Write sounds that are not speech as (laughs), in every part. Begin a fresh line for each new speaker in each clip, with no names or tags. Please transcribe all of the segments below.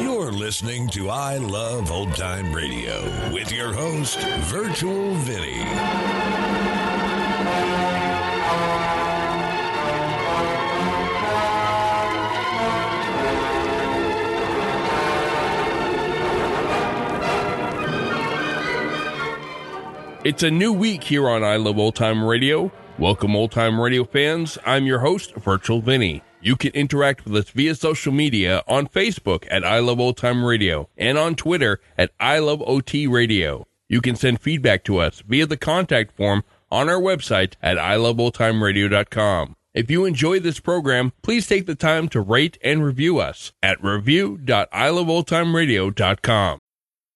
You're listening to I Love Old Time Radio with your host, Virtual Vinny.
It's a new week here on I Love Old Time Radio. Welcome, old time radio fans. I'm your host, Virtual Vinny. You can interact with us via social media on Facebook at I Love Old Time Radio and on Twitter at I Love OT Radio. You can send feedback to us via the contact form on our website at iloveoldtimeradio.com. If you enjoy this program, please take the time to rate and review us at review.iloveoldtimeradio.com.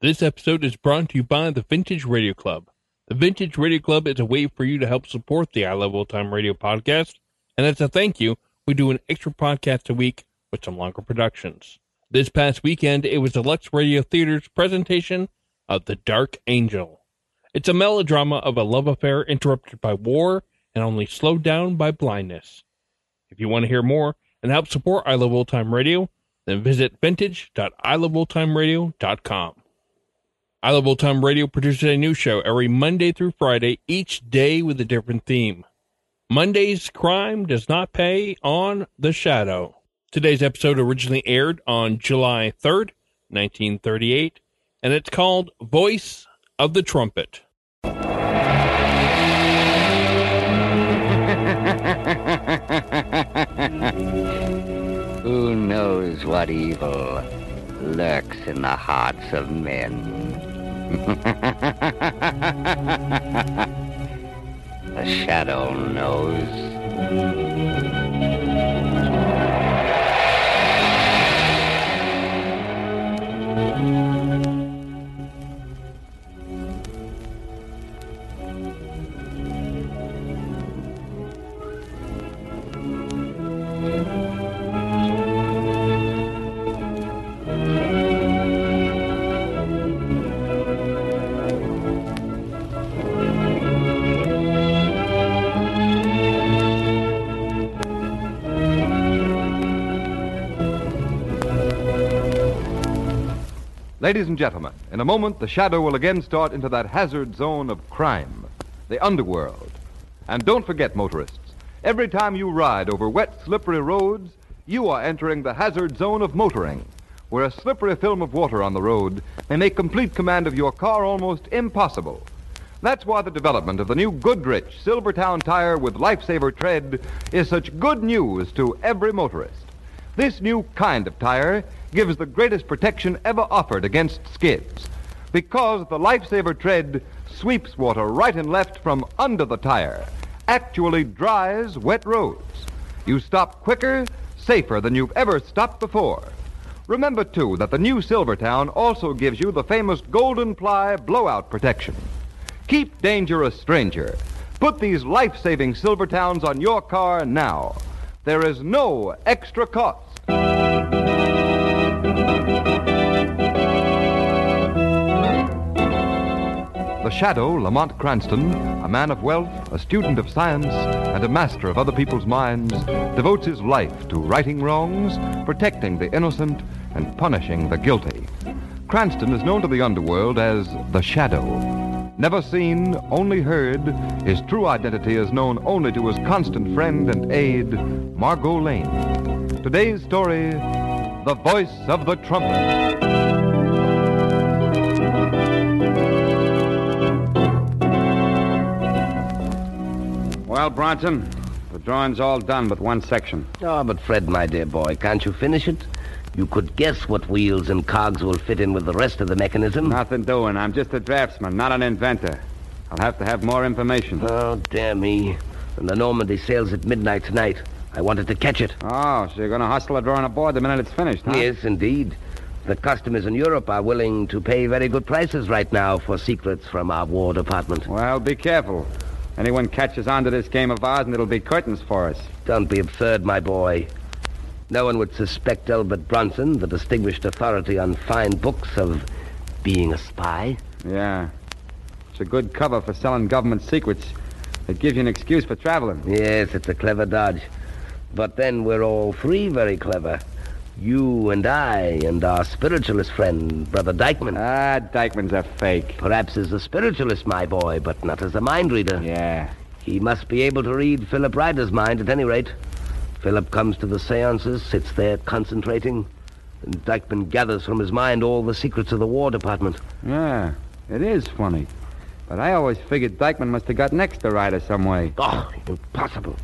This episode is brought to you by the Vintage Radio Club. The Vintage Radio Club is a way for you to help support the I Love Old Time Radio podcast, and as a thank you, we do an extra podcast a week with some longer productions. This past weekend, it was the Lux Radio Theater's presentation of The Dark Angel. It's a melodrama of a love affair interrupted by war and only slowed down by blindness. If you want to hear more and help support I Love Old Time Radio, then visit vintage.iloveoldtimeradio.com. I Love Old Time Radio produces a new show every Monday through Friday, each day with a different theme. Monday's Crime Does Not Pay on The Shadow. Today's episode originally aired on July 3rd, 1938, and it's called Voice of the Trumpet.
(laughs) Who knows what evil lurks in the hearts of men? (laughs) the shadow knows. (laughs)
Ladies and gentlemen, in a moment, the shadow will again start into that hazard zone of crime, the underworld. And don't forget, motorists, every time you ride over wet, slippery roads, you are entering the hazard zone of motoring, where a slippery film of water on the road may make complete command of your car almost impossible. That's why the development of the new Goodrich Silvertown tire with lifesaver tread is such good news to every motorist. This new kind of tire gives the greatest protection ever offered against skids because the lifesaver tread sweeps water right and left from under the tire, actually dries wet roads. You stop quicker, safer than you've ever stopped before. Remember, too, that the new Silvertown also gives you the famous golden ply blowout protection. Keep danger a stranger. Put these life saving Silvertowns on your car now. There is no extra cost. The shadow, Lamont Cranston, a man of wealth, a student of science, and a master of other people's minds, devotes his life to righting wrongs, protecting the innocent, and punishing the guilty. Cranston is known to the underworld as the shadow. Never seen, only heard, his true identity is known only to his constant friend and aide, Margot Lane. Today's story The Voice of the Trumpet.
Well, Bronson, the drawing's all done but one section.
Oh, but Fred, my dear boy, can't you finish it? You could guess what wheels and cogs will fit in with the rest of the mechanism.
Nothing doing. I'm just a draftsman, not an inventor. I'll have to have more information.
Oh, dear me. And the Normandy sails at midnight tonight. I wanted to catch it.
Oh, so you're going to hustle a drawing aboard the minute it's finished, huh?
Yes, indeed. The customers in Europe are willing to pay very good prices right now for secrets from our War Department.
Well, be careful. Anyone catches on to this game of ours, and it'll be curtains for us.
Don't be absurd, my boy. No one would suspect Elbert Brunson, the distinguished authority on fine books, of being a spy.
Yeah. It's a good cover for selling government secrets. It gives you an excuse for traveling.
Yes, it's a clever dodge. But then we're all three very clever. You and I and our spiritualist friend, Brother Dykeman.
Ah, Dykeman's a fake.
Perhaps as a spiritualist, my boy, but not as a mind reader.
Yeah.
He must be able to read Philip Ryder's mind at any rate. Philip comes to the seances, sits there concentrating, and Dykeman gathers from his mind all the secrets of the War Department.
Yeah. It is funny. But I always figured Dykeman must have got next to Ryder some way.
Oh, impossible.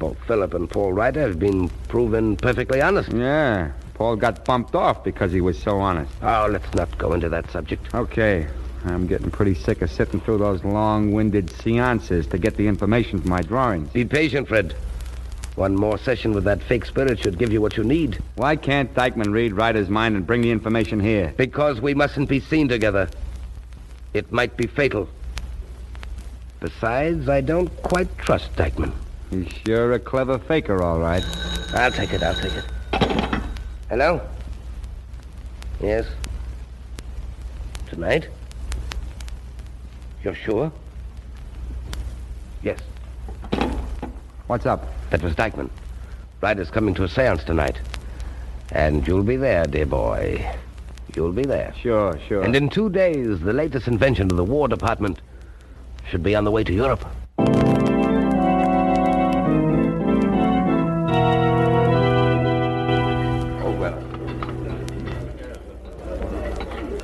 Both Philip and Paul Ryder have been proven perfectly honest.
Yeah. Paul got bumped off because he was so honest.
Oh, let's not go into that subject.
Okay. I'm getting pretty sick of sitting through those long-winded seances to get the information for my drawings.
Be patient, Fred. One more session with that fake spirit should give you what you need,
Why can't Dykeman read Ryder's mind and bring the information here?
because we mustn't be seen together. It might be fatal. Besides, I don't quite trust Dykeman.
He's sure a clever faker, all right.
I'll take it, I'll take it. Hello? Yes? Tonight? You're sure? Yes,
What's up?
that was Dykeman. Ryder's coming to a seance tonight. And you'll be there, dear boy. You'll be there.
Sure, sure.
And in two days, the latest invention of the War Department should be on the way to Europe.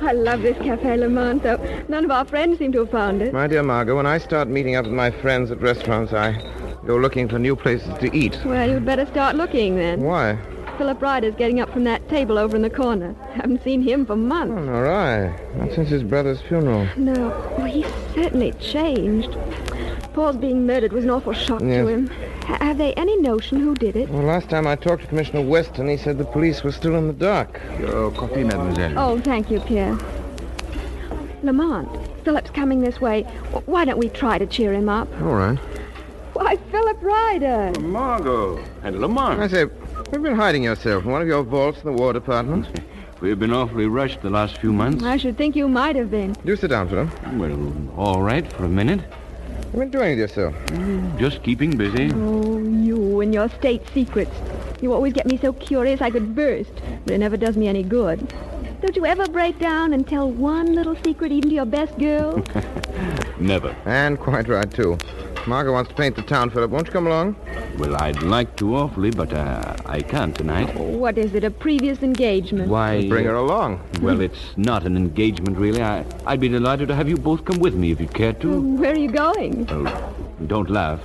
I love this Cafe Le Mans, though. None of our friends seem to have found it.
My dear Margot, when I start meeting up with my friends at restaurants, I go looking for new places to eat.
Well, you'd better start looking then.
Why?
Philip Ryder's getting up from that table over in the corner. Haven't seen him for months.
Nor I. Not since his brother's funeral.
No. Oh, he's certainly changed. Paul's being murdered was an awful shock
Yes.
to him. H- have they any notion who did it?
Well, last time I talked to Commissioner Weston, he said the police were still in the dark.
Your coffee, mademoiselle.
Oh, thank you, Pierre. Lamont, Philip's coming this way. W- Why don't we try to cheer him up?
Oh. All right.
Why, Philip Ryder!
Margot and Lamont.
I say, you've been hiding yourself in one of your vaults in the War Department.
We've been awfully rushed the last few months.
I should think you might have been.
Do sit down, Philip.
Well, all right for a minute.
You've been doing with yourself.
Just keeping busy.
Oh, you and your state secrets. You always get me so curious I could burst, but it never does me any good. Don't you ever break down and tell one little secret even to your best girl?
(laughs) Never.
And quite right, too. Margot wants to paint the town, Philip. Won't you come along?
Well, I'd like to awfully, but uh, I can't tonight.
what is it, a previous engagement?
Why?
Bring her along.
Well, it's not an engagement, really. I, I'd be delighted to have you both come with me if you care to.
Hmm, Where are you going?
Well, don't laugh.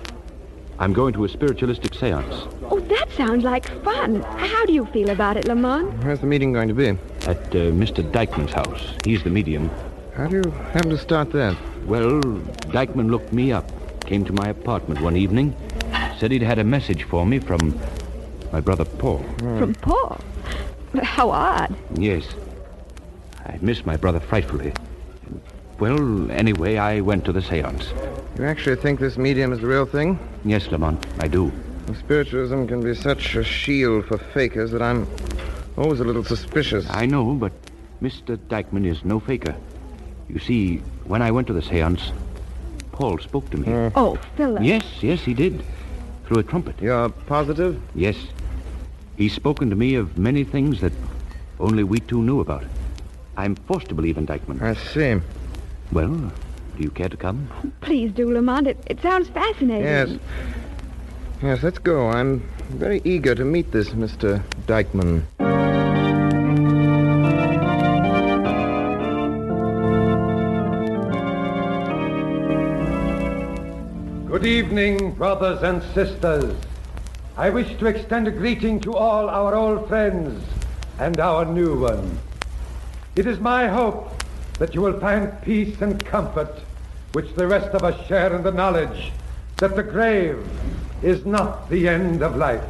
I'm going to a spiritualistic seance
Oh, that sounds like fun. How do you feel about it, Lamont?
Where's the meeting going to be?
at uh, Mr. Dykeman's house. He's the medium.
How do you happen to start that?
Well, Dykeman looked me up, came to my apartment one evening, said he'd had a message for me from my brother Paul.
From Paul? How odd.
Yes. I miss my brother frightfully. Well, anyway, I went to the seance.
You actually think this medium is the real thing?
Yes, Lamont, I do.
Spiritualism can be such a shield for fakers that I'm always a little suspicious.
I know, but Mr. Dykeman is no faker. You see, when I went to the seance, Paul spoke to me.
Oh, Philip.
Yes, yes, he did. Through a trumpet.
You're positive?
Yes. He's spoken to me of many things that only we two knew about. I'm forced to believe in Dykeman.
I see.
Well, do you care to come?
Please do, Lamont. It, it sounds fascinating.
Yes. Yes, let's go. I'm very eager to meet this Mr. Dykeman.
Good evening, brothers and sisters. I wish to extend a greeting to all our old friends and our new ones. It is my hope that you will find peace and comfort, which the rest of us share in the knowledge that the grave
is not the end of life.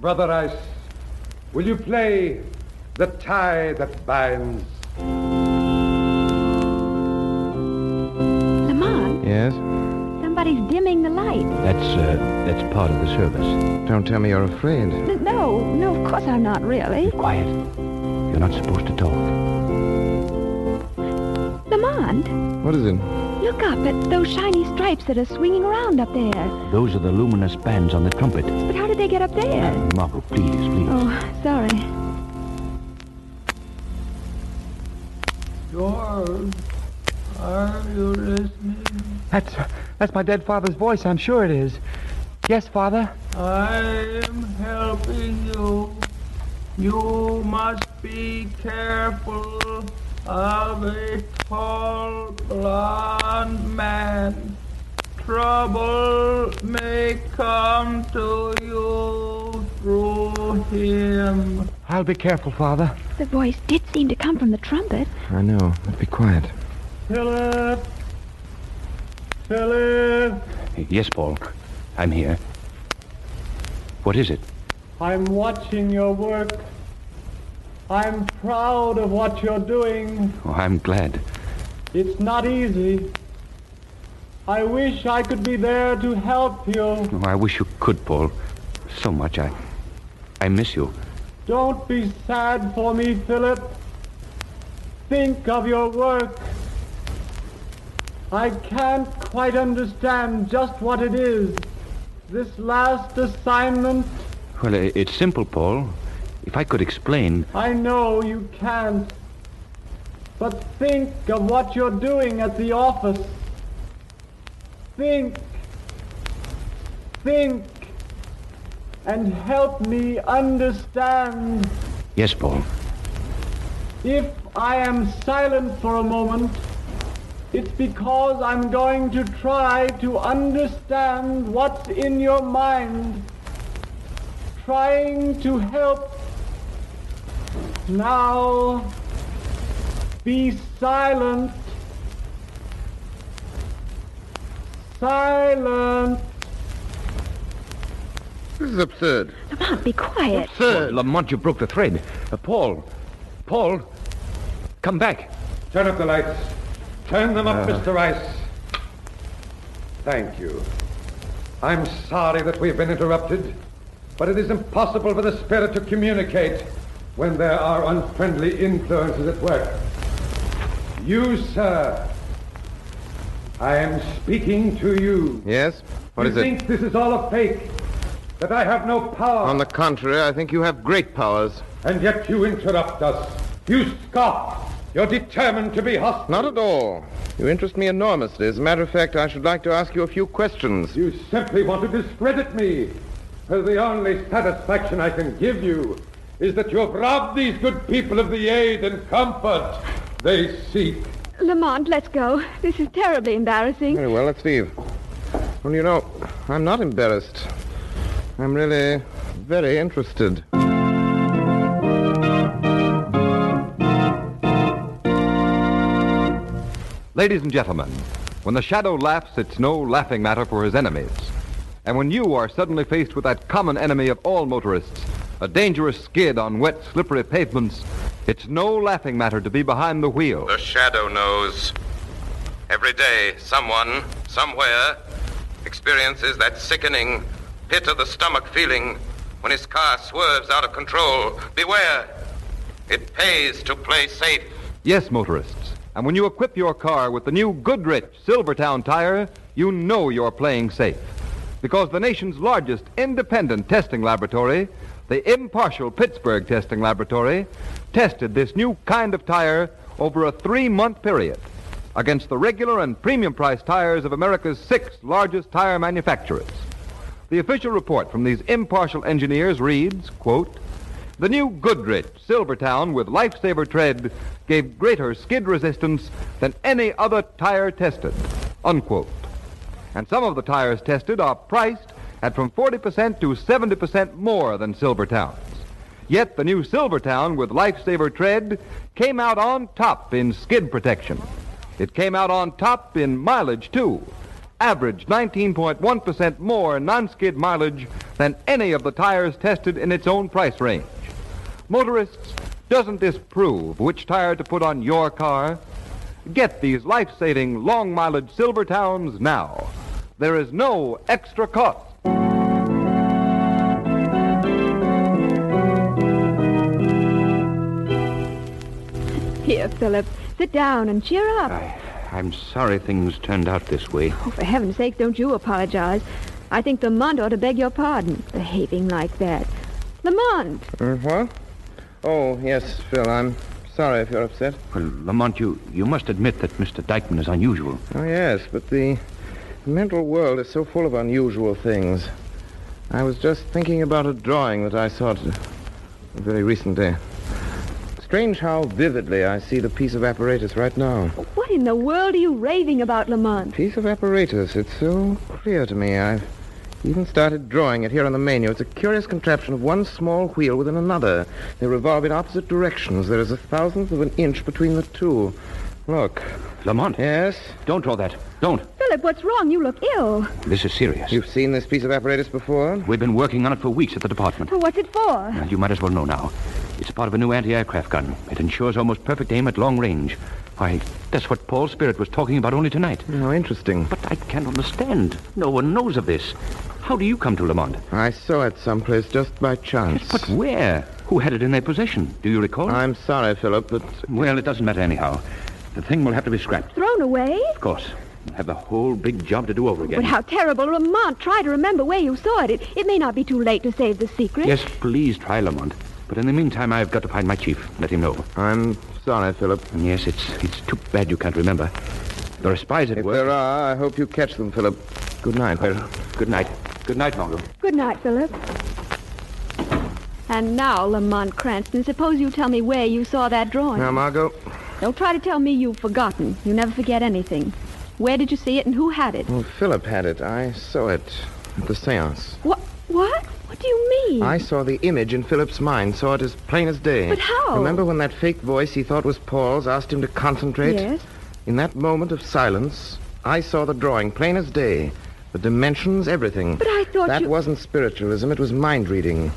Brother Ice, will you play the tie that binds?
Lamont,
Yes?
somebody's dimming the light.
That's, uh, that's part of the service.
Don't tell me you're afraid.
N- No, no, of course I'm not really.
Quiet. You're not supposed to talk.
Lamont,
What is it?
look up at those shiny stripes that are swinging around up there.
Those are the luminous bands on the trumpet.
But how did they get up there?
Margot, please, please.
Oh, sorry.
George, are you listening?
That's that's my dead father's voice. I'm sure it is. Yes, father.
I am helping you. You must be careful of a tall blond man. Trouble may come to you through him.
I'll be careful, father.
The voice did seem to come from the trumpet.
I know. Be quiet.
Philip! Philip!
Yes, Paul. I'm here. What is it?
I'm watching your work. I'm proud of what you're doing.
Oh, I'm glad.
It's not easy. I wish I could be there to help you.
Oh, I wish you could, Paul. So much. I, I miss you.
Don't be sad for me, Philip. Think of your work. I can't quite understand just what it is. This last assignment,
Well, i- it's simple, Paul. If I could explain,
I know you can't. But think of what you're doing at the office. Think. Think. And help me understand.
yes, Paul.
If I am silent for a moment, it's because I'm going to try to understand what's in your mind. Trying to help. Now, be silent. Silent.
This is absurd.
Lamont, be quiet.
Sir Lamont, you broke the thread. Uh, Paul, Paul, come back.
Turn up the lights. Turn them up, Mr. Ice. Thank you. I'm sorry that we've been interrupted, but it is impossible for the spirit to communicate when there are unfriendly influences at work. You, sir, I am speaking to you.
Yes? What
you
is
think
it?
this is all a fake? That I have no power?
On the contrary, I think you have great powers.
And yet you interrupt us. You scoff. You're determined to be hostile.
Not at all. You interest me enormously. As a matter of fact, I should like to ask you a few questions.
You simply want to discredit me. For the only satisfaction I can give you is that you have robbed these good people of the aid and comfort they seek.
Lamont, let's go. This is terribly embarrassing.
Very well, let's leave. Well, you know, I'm not embarrassed. I'm really very interested.
Ladies and gentlemen, when the shadow laughs, it's no laughing matter for his enemies. And when you are suddenly faced with that common enemy of all motorists, a dangerous skid on wet, slippery pavements, it's no laughing matter to be behind the wheel.
The shadow knows. Every day, someone, somewhere, experiences that sickening, pit of the stomach feeling when his car swerves out of control. Beware! It pays to play safe.
Yes, motorists. And when you equip your car with the new Goodrich Silvertown tire, you know you're playing safe. Because the nation's largest independent testing laboratory, the impartial Pittsburgh Testing Laboratory, tested this new kind of tire over a three month period against the regular and premium price tires of America's six largest tire manufacturers. The official report from these impartial engineers reads, quote, the new Goodrich Silvertown with Lifesaver tread gave greater skid resistance than any other tire tested, unquote. And some of the tires tested are priced at from 40% to 70% more than Silvertown's. Yet the new Silvertown with Lifesaver tread came out on top in skid protection. It came out on top in mileage, too, averaged 19.1% more non-skid mileage than any of the tires tested in its own price range. Motorists, doesn't this prove which tire to put on your car? Get these life-saving long mileage silver towns now. There is no extra cost.
Here, Philip, sit down and cheer up.
I'm sorry things turned out this way.
Oh, for heaven's sake, don't you apologize. I think Lamont ought to beg your pardon, behaving like that. Lamont,
Uh, what? Oh, yes, Phil, I'm sorry if you're upset.
Well, Lamont, you, you must admit that Mr. Dykeman is unusual.
Oh, yes, but the mental world is so full of unusual things. I was just thinking about a drawing that I saw t- very recently. Strange how vividly I see the piece of apparatus right now.
what in the world are you raving about, Lamont?
Piece of apparatus. It's so clear to me. I've even started drawing it here on the menu. It's a curious contraption of one small wheel within another. They revolve in opposite directions. There is a thousandth of an inch between the two. Look.
Lamont.
Yes?
Don't draw that. Don't.
Philip, what's wrong? You look ill.
This is serious.
You've seen this piece of apparatus before?
We've been working on it for weeks at the department.
Oh, What's it for?
And you might as well know now. It's part of a new anti-aircraft gun. It ensures almost perfect aim at long range. Why, that's what Paul Spirit was talking about only tonight.
How Oh, interesting.
But I can't understand. No one knows of this. How do you come to Lamont?
I saw it someplace just by chance.
But where? Who had it in their possession? Do you recall?
I'm sorry, Philip, but...
Well, it doesn't matter anyhow. The thing will have to be scrapped,
Thrown away?
of course. We'll have the whole big job to do over again.
But how terrible, Lamont. Try to remember where you saw it. It, it may not be too late to save the
Eh?
secret.
Yes, please try, Lamont. But in the meantime, I've got to find my chief. Let him know.
I'm sorry, Philip.
Yes, it's it's too bad you can't remember. There are spies at
If
work.
there are, I hope you catch them, Philip. Good night, Phil.
Good night. Good night, Margot.
Good night, Philip. And now, Lamont Cranston, suppose you tell me where you saw that drawing.
Now, Margot,
Don't try to tell me you've forgotten. You never forget anything. Where did you see it and who had it?
well, Philip had it. I saw it at the seance.
What? What? What do you mean?
I saw the image in Philip's mind, saw it as plain as day.
But how?
Remember when that fake voice he thought was Paul's asked him to concentrate?
Yes.
In that moment of silence, I saw the drawing plain as day. The dimensions, everything. But
I thought
That
you-
wasn't spiritualism, it was mind reading.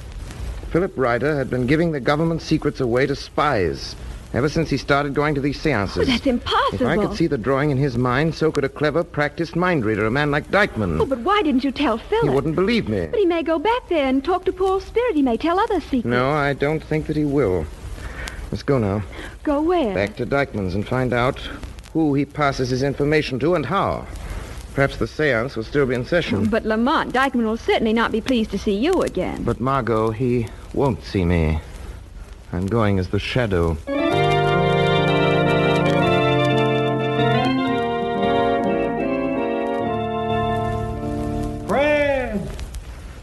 Philip Ryder had been giving the government secrets away to spies ever since he started going to these seances.
Oh, that's impossible.
If I could see the drawing in his mind, so could a clever, practiced mind reader, a man like Dykeman.
Oh, but why didn't you tell Philip?
He wouldn't believe me.
But he may go back there and talk to Paul Spirit. He may tell other secrets.
No, I don't think that he will. Let's go now.
Go where?
Back to Dyckman's and find out who he passes his information to and how. Perhaps the seance will still be in session.
But Lamont, Dykeman will certainly not be pleased to see you again.
But Margot, he won't see me. I'm going as the shadow.
Fred!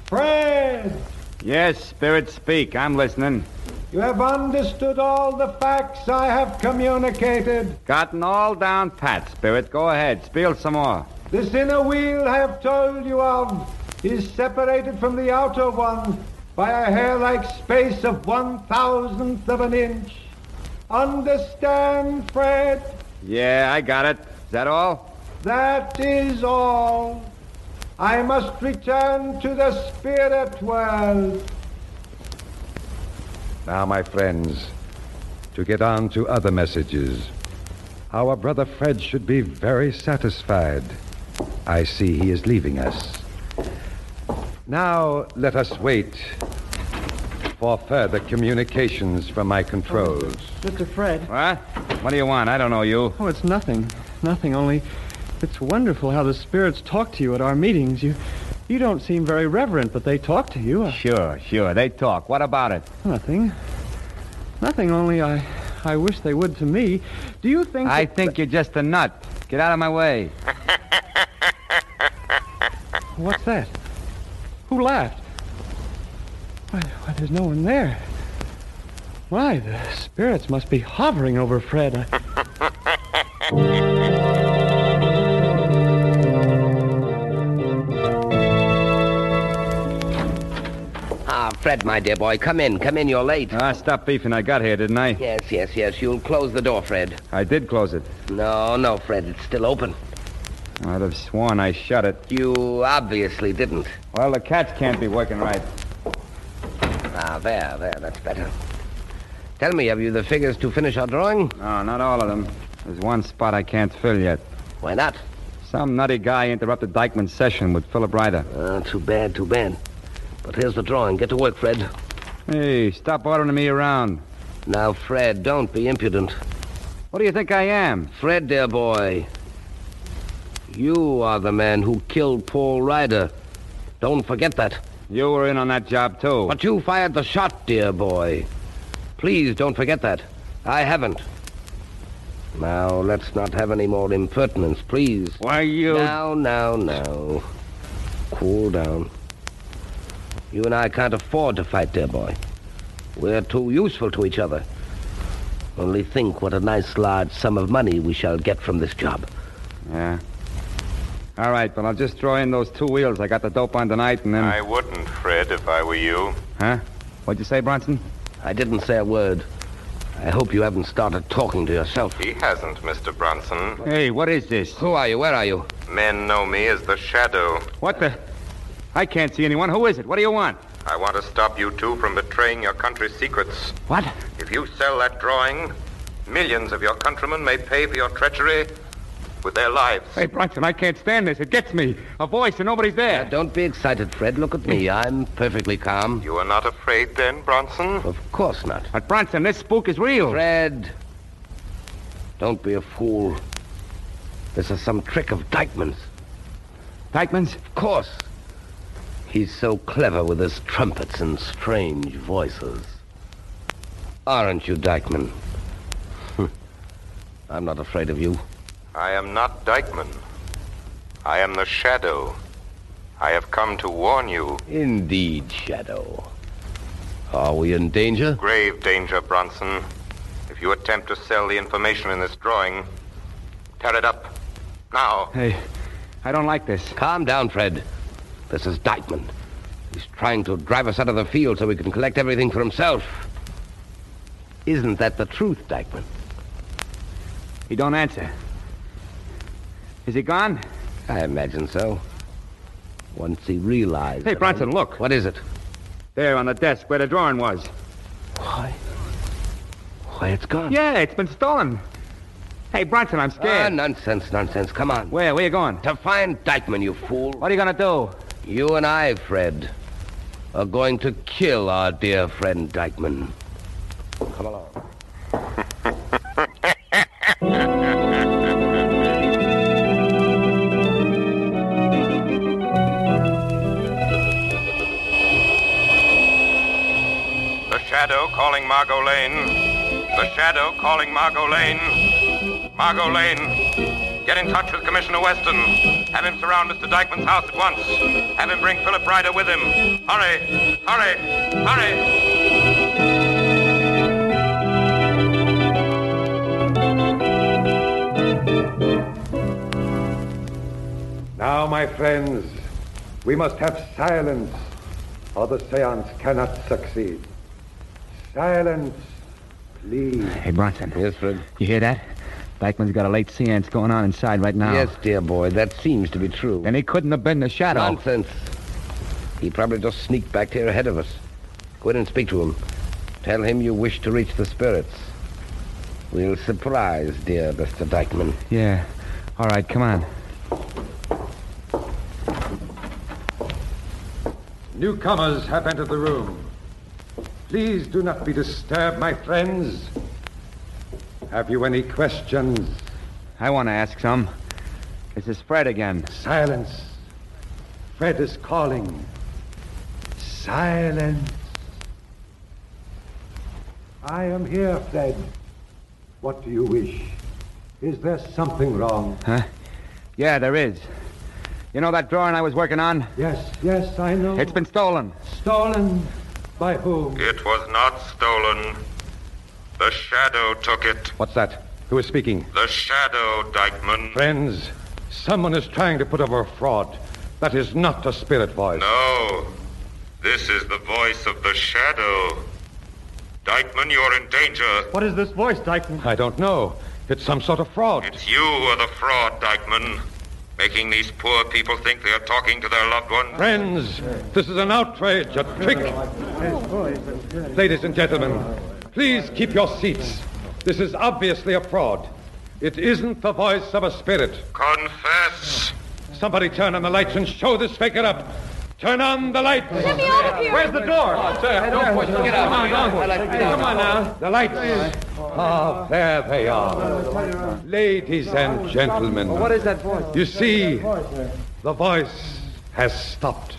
Fred!
Yes, Spirit, speak. I'm listening.
You have understood all the facts I have communicated.
Gotten all down pat, Spirit. Go ahead. Spiel some more.
This inner wheel I have told you of is separated from the outer one by a hair-like space of one thousandth of an inch. Understand, Fred?
Yeah, I got it. Is that all?
That is all. I must return to the spirit world.
Now, my friends, to get on to other messages. Our brother Fred should be very satisfied. I see he is leaving us. Now, let us wait for further communications from my controls.
Mr. Fred.
What? What do you want? I don't know you.
Oh, it's nothing. Nothing, only it's wonderful how the spirits talk to you at our meetings. You you don't seem very reverent, but they talk to you. I-
Sure, sure. They talk. What about it?
Nothing. Nothing, only I I wish they would to me. Do you think
I
that-
think you're just a nut. Get out of my way.
What's that? Who laughed? Why, why, there's no one there. Why, the spirits must be hovering over Fred.
(laughs)
I-
Ah, Fred, my dear boy, come in. Come in. You're late.
Ah, stop beefing. I got here, didn't I?
Yes, yes, yes. You'll close the door, Fred.
I did close it.
No, no, Fred. It's still open.
I'd have sworn I shut it.
You obviously didn't.
Well, the cats can't be working right.
Ah, there, there, that's better. Tell me, have you the figures to finish our drawing?
No, not all of them. There's one spot I can't fill yet.
Why not?
Some nutty guy interrupted Dykeman's session with Philip Ryder.
Oh, too bad, too bad. But here's the drawing. Get to work, Fred.
Hey, stop ordering me around.
Now, Fred, don't be impudent.
What do you think I am?
Fred, dear boy, you are the man who killed Paul Ryder. Don't forget that.
You were in on that job, too.
But you fired the shot, dear boy. Please don't forget that. I haven't. Now, let's not have any more impertinence, please.
Why, you.
Now, now, now. Cool down. You and I can't afford to fight, dear boy. We're too useful to each other. Only think what a nice large sum of money we shall get from this job.
Yeah. All right, but I'll just throw in those two wheels I got the dope on tonight and then.
I wouldn't, Fred, if I were you.
Huh? What'd you say, Bronson?
I didn't say a word. I hope you haven't started talking to yourself.
He hasn't, Mr. Bronson.
Hey, what is this?
Who are you? Where are you?
Men know me as the Shadow.
What the? I can't see anyone. Who is it? What do you want?
I want to stop you two from betraying your country's secrets.
What?
If you sell that drawing, millions of your countrymen may pay for your treachery with their lives.
Hey, Bronson, I can't stand this. It gets me. A voice and nobody's there.
Now, don't be excited, Fred. Look at me. I'm perfectly calm.
You are not afraid then, Bronson?
Of course not.
But, Bronson, this spook is real.
Fred, don't be a fool. This is some trick of Dykeman's.
Dykeman's?
Of course. He's so clever with his trumpets and strange voices. Aren't you, Dykeman? (laughs) I'm not afraid of you.
I am not Dykeman. I am the Shadow. I have come to warn you.
Indeed, Shadow. Are we in danger?
Grave danger, Bronson. If you attempt to sell the information in this drawing, tear it up. Now.
Hey, I don't like this.
Calm down, Fred. This is Dykeman. He's trying to drive us out of the field so he can collect everything for himself. Isn't that the truth, Dykeman?
He don't answer. Is he gone?
I imagine so. Once he realized.
Hey, Bronson, I... look.
What is it?
There on the desk where the drawing was.
Why? Why, it's gone.
Yeah, it's been stolen. Hey, Bronson, I'm scared.
Ah, nonsense, nonsense. Come on.
Where? Where you going?
To find Dykeman, you fool.
What are you going to
do? You and I, Fred, are going to kill our dear friend Dykeman. Come
(laughs)
along.
shadow calling Margot Lane. The shadow calling Margot Lane. Margot Lane, get in touch with Commissioner Weston. Have him surround Mr. Dykeman's house at once. Have him bring Philip Ryder with him. Hurry, hurry, hurry.
Now, my friends, we must have silence, or the seance cannot succeed. Silence, please.
Hey, Bronson.
Yes, Fred.
You hear that? Dykeman's got a late seance going on inside right now.
Yes, dear boy, that seems to be true.
And he couldn't have been the shadow.
Nonsense. He probably just sneaked back here ahead of us. Go in and speak to him. Tell him you wish to reach the spirits. We'll surprise dear Mr. Dykeman.
Yeah. All right, come on.
Newcomers have entered the room. Please do not be disturbed, my friends. Have you any questions?
I want to ask some. This is Fred again.
Silence. Fred is calling. Silence. I am here, Fred. What do you wish? Is there something wrong?
Huh? Yeah, there is. You know that drawing I was working on?
Yes, yes, I know.
It's been stolen.
Stolen? By whom?
It was not stolen. The shadow took it.
What's that? Who is speaking?
The shadow, Dykeman.
Friends, someone is trying to put over a fraud. That is not a spirit voice.
No. This is the voice of the shadow. Dykeman, you're in danger.
What is this voice, Dykeman?
I don't know. It's some sort of fraud.
It's you are the fraud, Dykeman. making these poor people think they are talking to their loved ones.
Friends, this is an outrage, a trick. Ladies and gentlemen, please keep your seats. This is obviously a fraud. It isn't the voice of a spirit.
Confess.
Somebody turn on the lights and show this faker up. Turn on the lights.
Let me out of here.
Where's the door?
Oh, sir, don't push it. Get out. Come on, don't push it. Come on now.
The lights. Ah, there they are. Ladies and gentlemen.
What is that voice?
You see, the voice has stopped.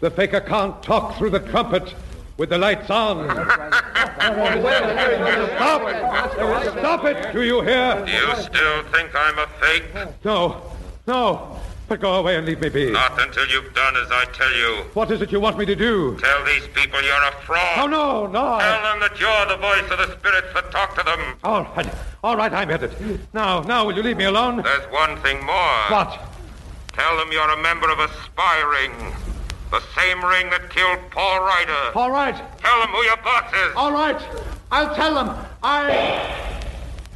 The faker can't talk through the trumpet with the lights on.
Ah,
Stop it! Stop it! Do you hear?
Do you still think I'm a fake?
No, no. But go away and leave me be.
Not until you've done as I tell you.
What is it you want me to do?
Tell these people you're a fraud.
Oh, no, no.
Tell them that you're the voice of the spirits that talk to them.
All right, all right, I'm headed. Now, now, will you leave me alone?
There's one thing more.
What?
Tell them you're a member of a spy ring. The same ring that killed Paul Ryder.
All right.
Tell them who your boss is.
All right. I'll tell them. I.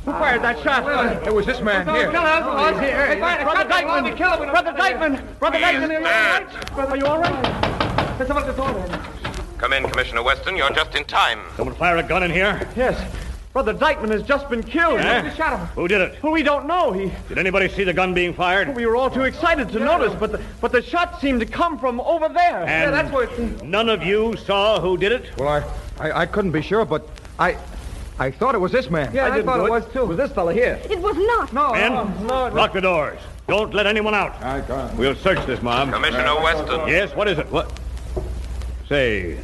Who fired that shot?
It was this man here.
Kill us. Us here. Hey, Brother Dykeman. Kill him. Brother Dykeman. Brother Dykeman. Are you all right? Brother, Are you all right? Let's have a look at the door then.
Come in, Commissioner Weston. You're just in time.
Someone fire a gun in here?
Yes. Brother Dykeman has just been killed.
Eh?
They shot him.
Who did it?
Well, we don't know. He.
Did anybody see the gun being fired?
We were all too excited to notice, but the, but the shot seemed to come from over there.
And
yeah, that's where. It,
None of you saw who did it?
Well, I, I, I couldn't be sure, but I, I thought it was this man.
yeah, I,
didn't
thought
do
it was too. Was this fella here?
It was not.
No,
Men,
no, no.
lock the doors. Don't let anyone out.
I can't.
We'll search this mob.
Commissioner Weston.
Yes, what is it? What? Say,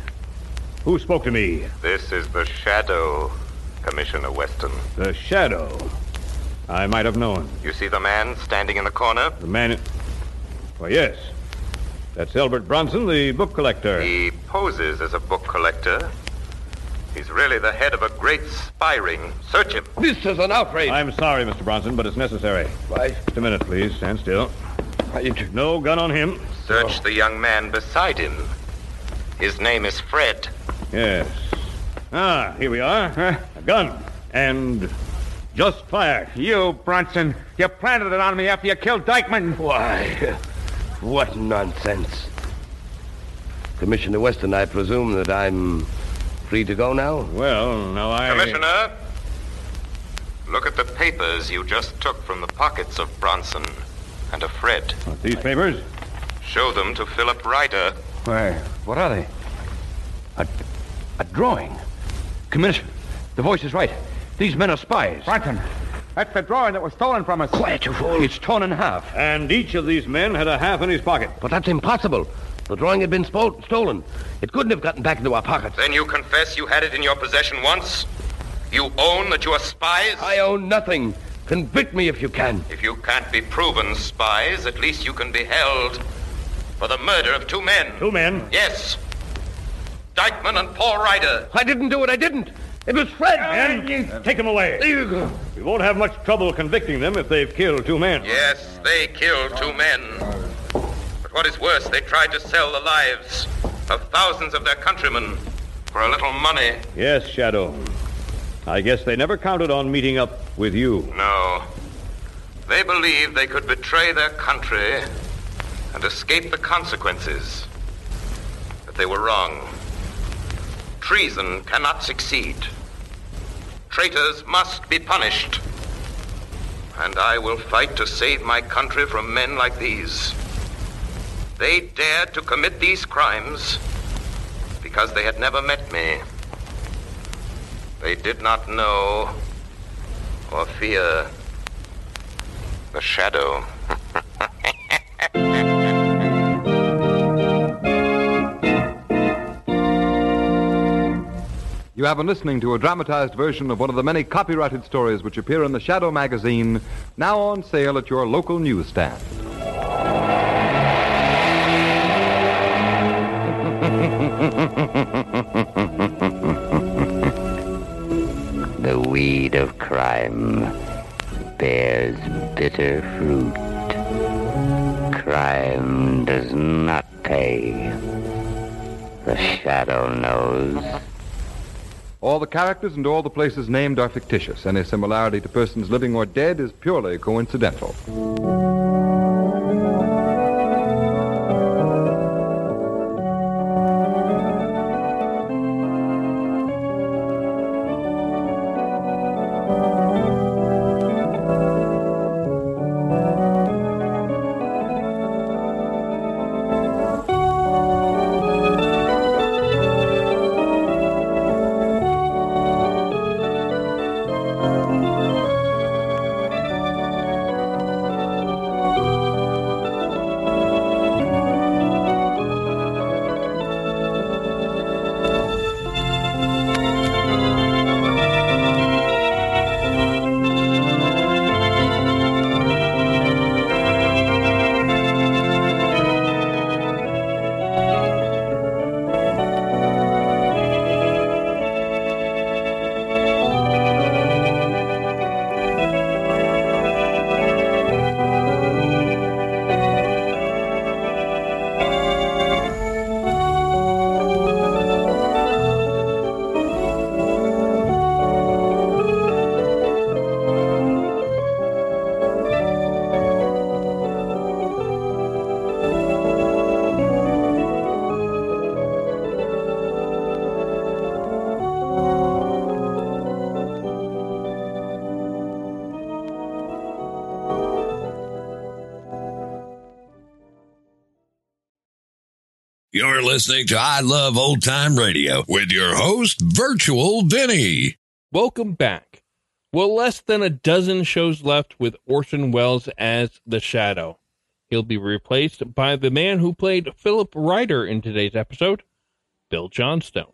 who spoke to me?
This is the shadow, Commissioner Weston.
The shadow. I might have known.
You see the man standing in the corner?
The man. Well, yes. That's Albert Bronson, the book collector.
He poses as a book collector. He's really the head of a great spy ring. Search him.
This is an outrage.
I'm sorry, Mr. Bronson, but it's necessary.
Why?
Just a minute, please. Stand still. No gun on him.
Search the young man beside him. His name is Fred.
Yes. Ah, here we are. Huh? A gun. And just fired.
You, Bronson. You planted it on me after you killed Dykeman.
Why? What nonsense. Commissioner Weston, I presume that I'm free to go now?
Well, now I.
Commissioner, look at the papers you just took from the pockets of Bronson and of Fred.
What, these papers?
Show them to Philip Ryder.
Why, what are they? A, a drawing. Commissioner, the voice is right. These men are spies.
Bronson, that's the drawing that was stolen from us.
Quiet, you fool.
It's torn in half.
And each of these men had a half in his pocket.
But that's impossible. The drawing had been spo- stolen. It couldn't have gotten back into our pockets.
Then you confess you had it in your possession once? You own that you are spies?
I own nothing. Convict me if you can.
If you can't be proven spies, at least you can be held for the murder of two men.
Two men.
Yes. Dykeman and Paul Ryder.
I didn't do it. I didn't. It was Fred.
And Ah, take them away.
There you go.
We won't have much trouble convicting them if they've killed two men.
Yes, they killed two men. But what is worse, they tried to sell the lives of thousands of their countrymen for a little money.
Yes, Shadow. I guess they never counted on meeting up with you.
No. They believed they could betray their country and escape the consequences. But they were wrong. Treason cannot succeed. Traitors must be punished. And I will fight to save my country from men like these. They dared to commit these crimes because they had never met me. They did not know or fear the shadow.
You have been listening to a dramatized version of one of the many copyrighted stories which appear in the Shadow magazine, now on sale at your
(laughs)
local newsstand.
The weed of crime bears bitter fruit. Crime does not pay. The shadow knows.
All the characters and all the places named are fictitious. Any similarity to persons living or dead is purely coincidental.
You're listening to I Love Old Time Radio with your host, Virtual Vinny.
Welcome back. Well, less than a dozen shows left with Orson Welles as the Shadow. He'll be replaced by the man who played Philip Ryder in today's episode, Bill Johnstone.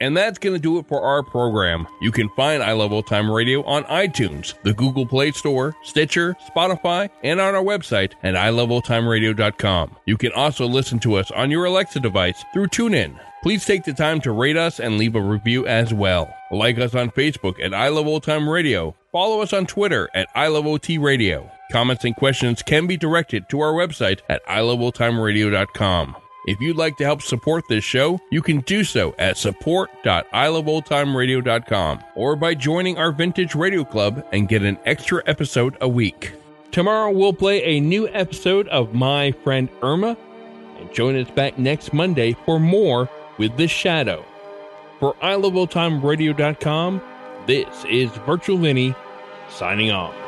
And that's going to do it for our program. You can find I Love Old Time Radio on iTunes, the Google Play Store, Stitcher, Spotify, and on our website at iloveoldtimeradio.com. You can also listen to us on your Alexa device through TuneIn. Please take the time to rate us and leave a review as well. Like us on Facebook at I Love Old Time Radio. Follow us on Twitter at I Love OT Radio. Comments and questions can be directed to our website at iloveoldtimeradio.com. If you'd like to help support this show, you can do so at support.iloveoldtimeradio.com or by joining our Vintage Radio Club and get an extra episode a week. Tomorrow we'll play a new episode of My Friend Irma and join us back next Monday for more with The Shadow. For iloveoldtimeradio.com, this is Virtual Vinny signing off.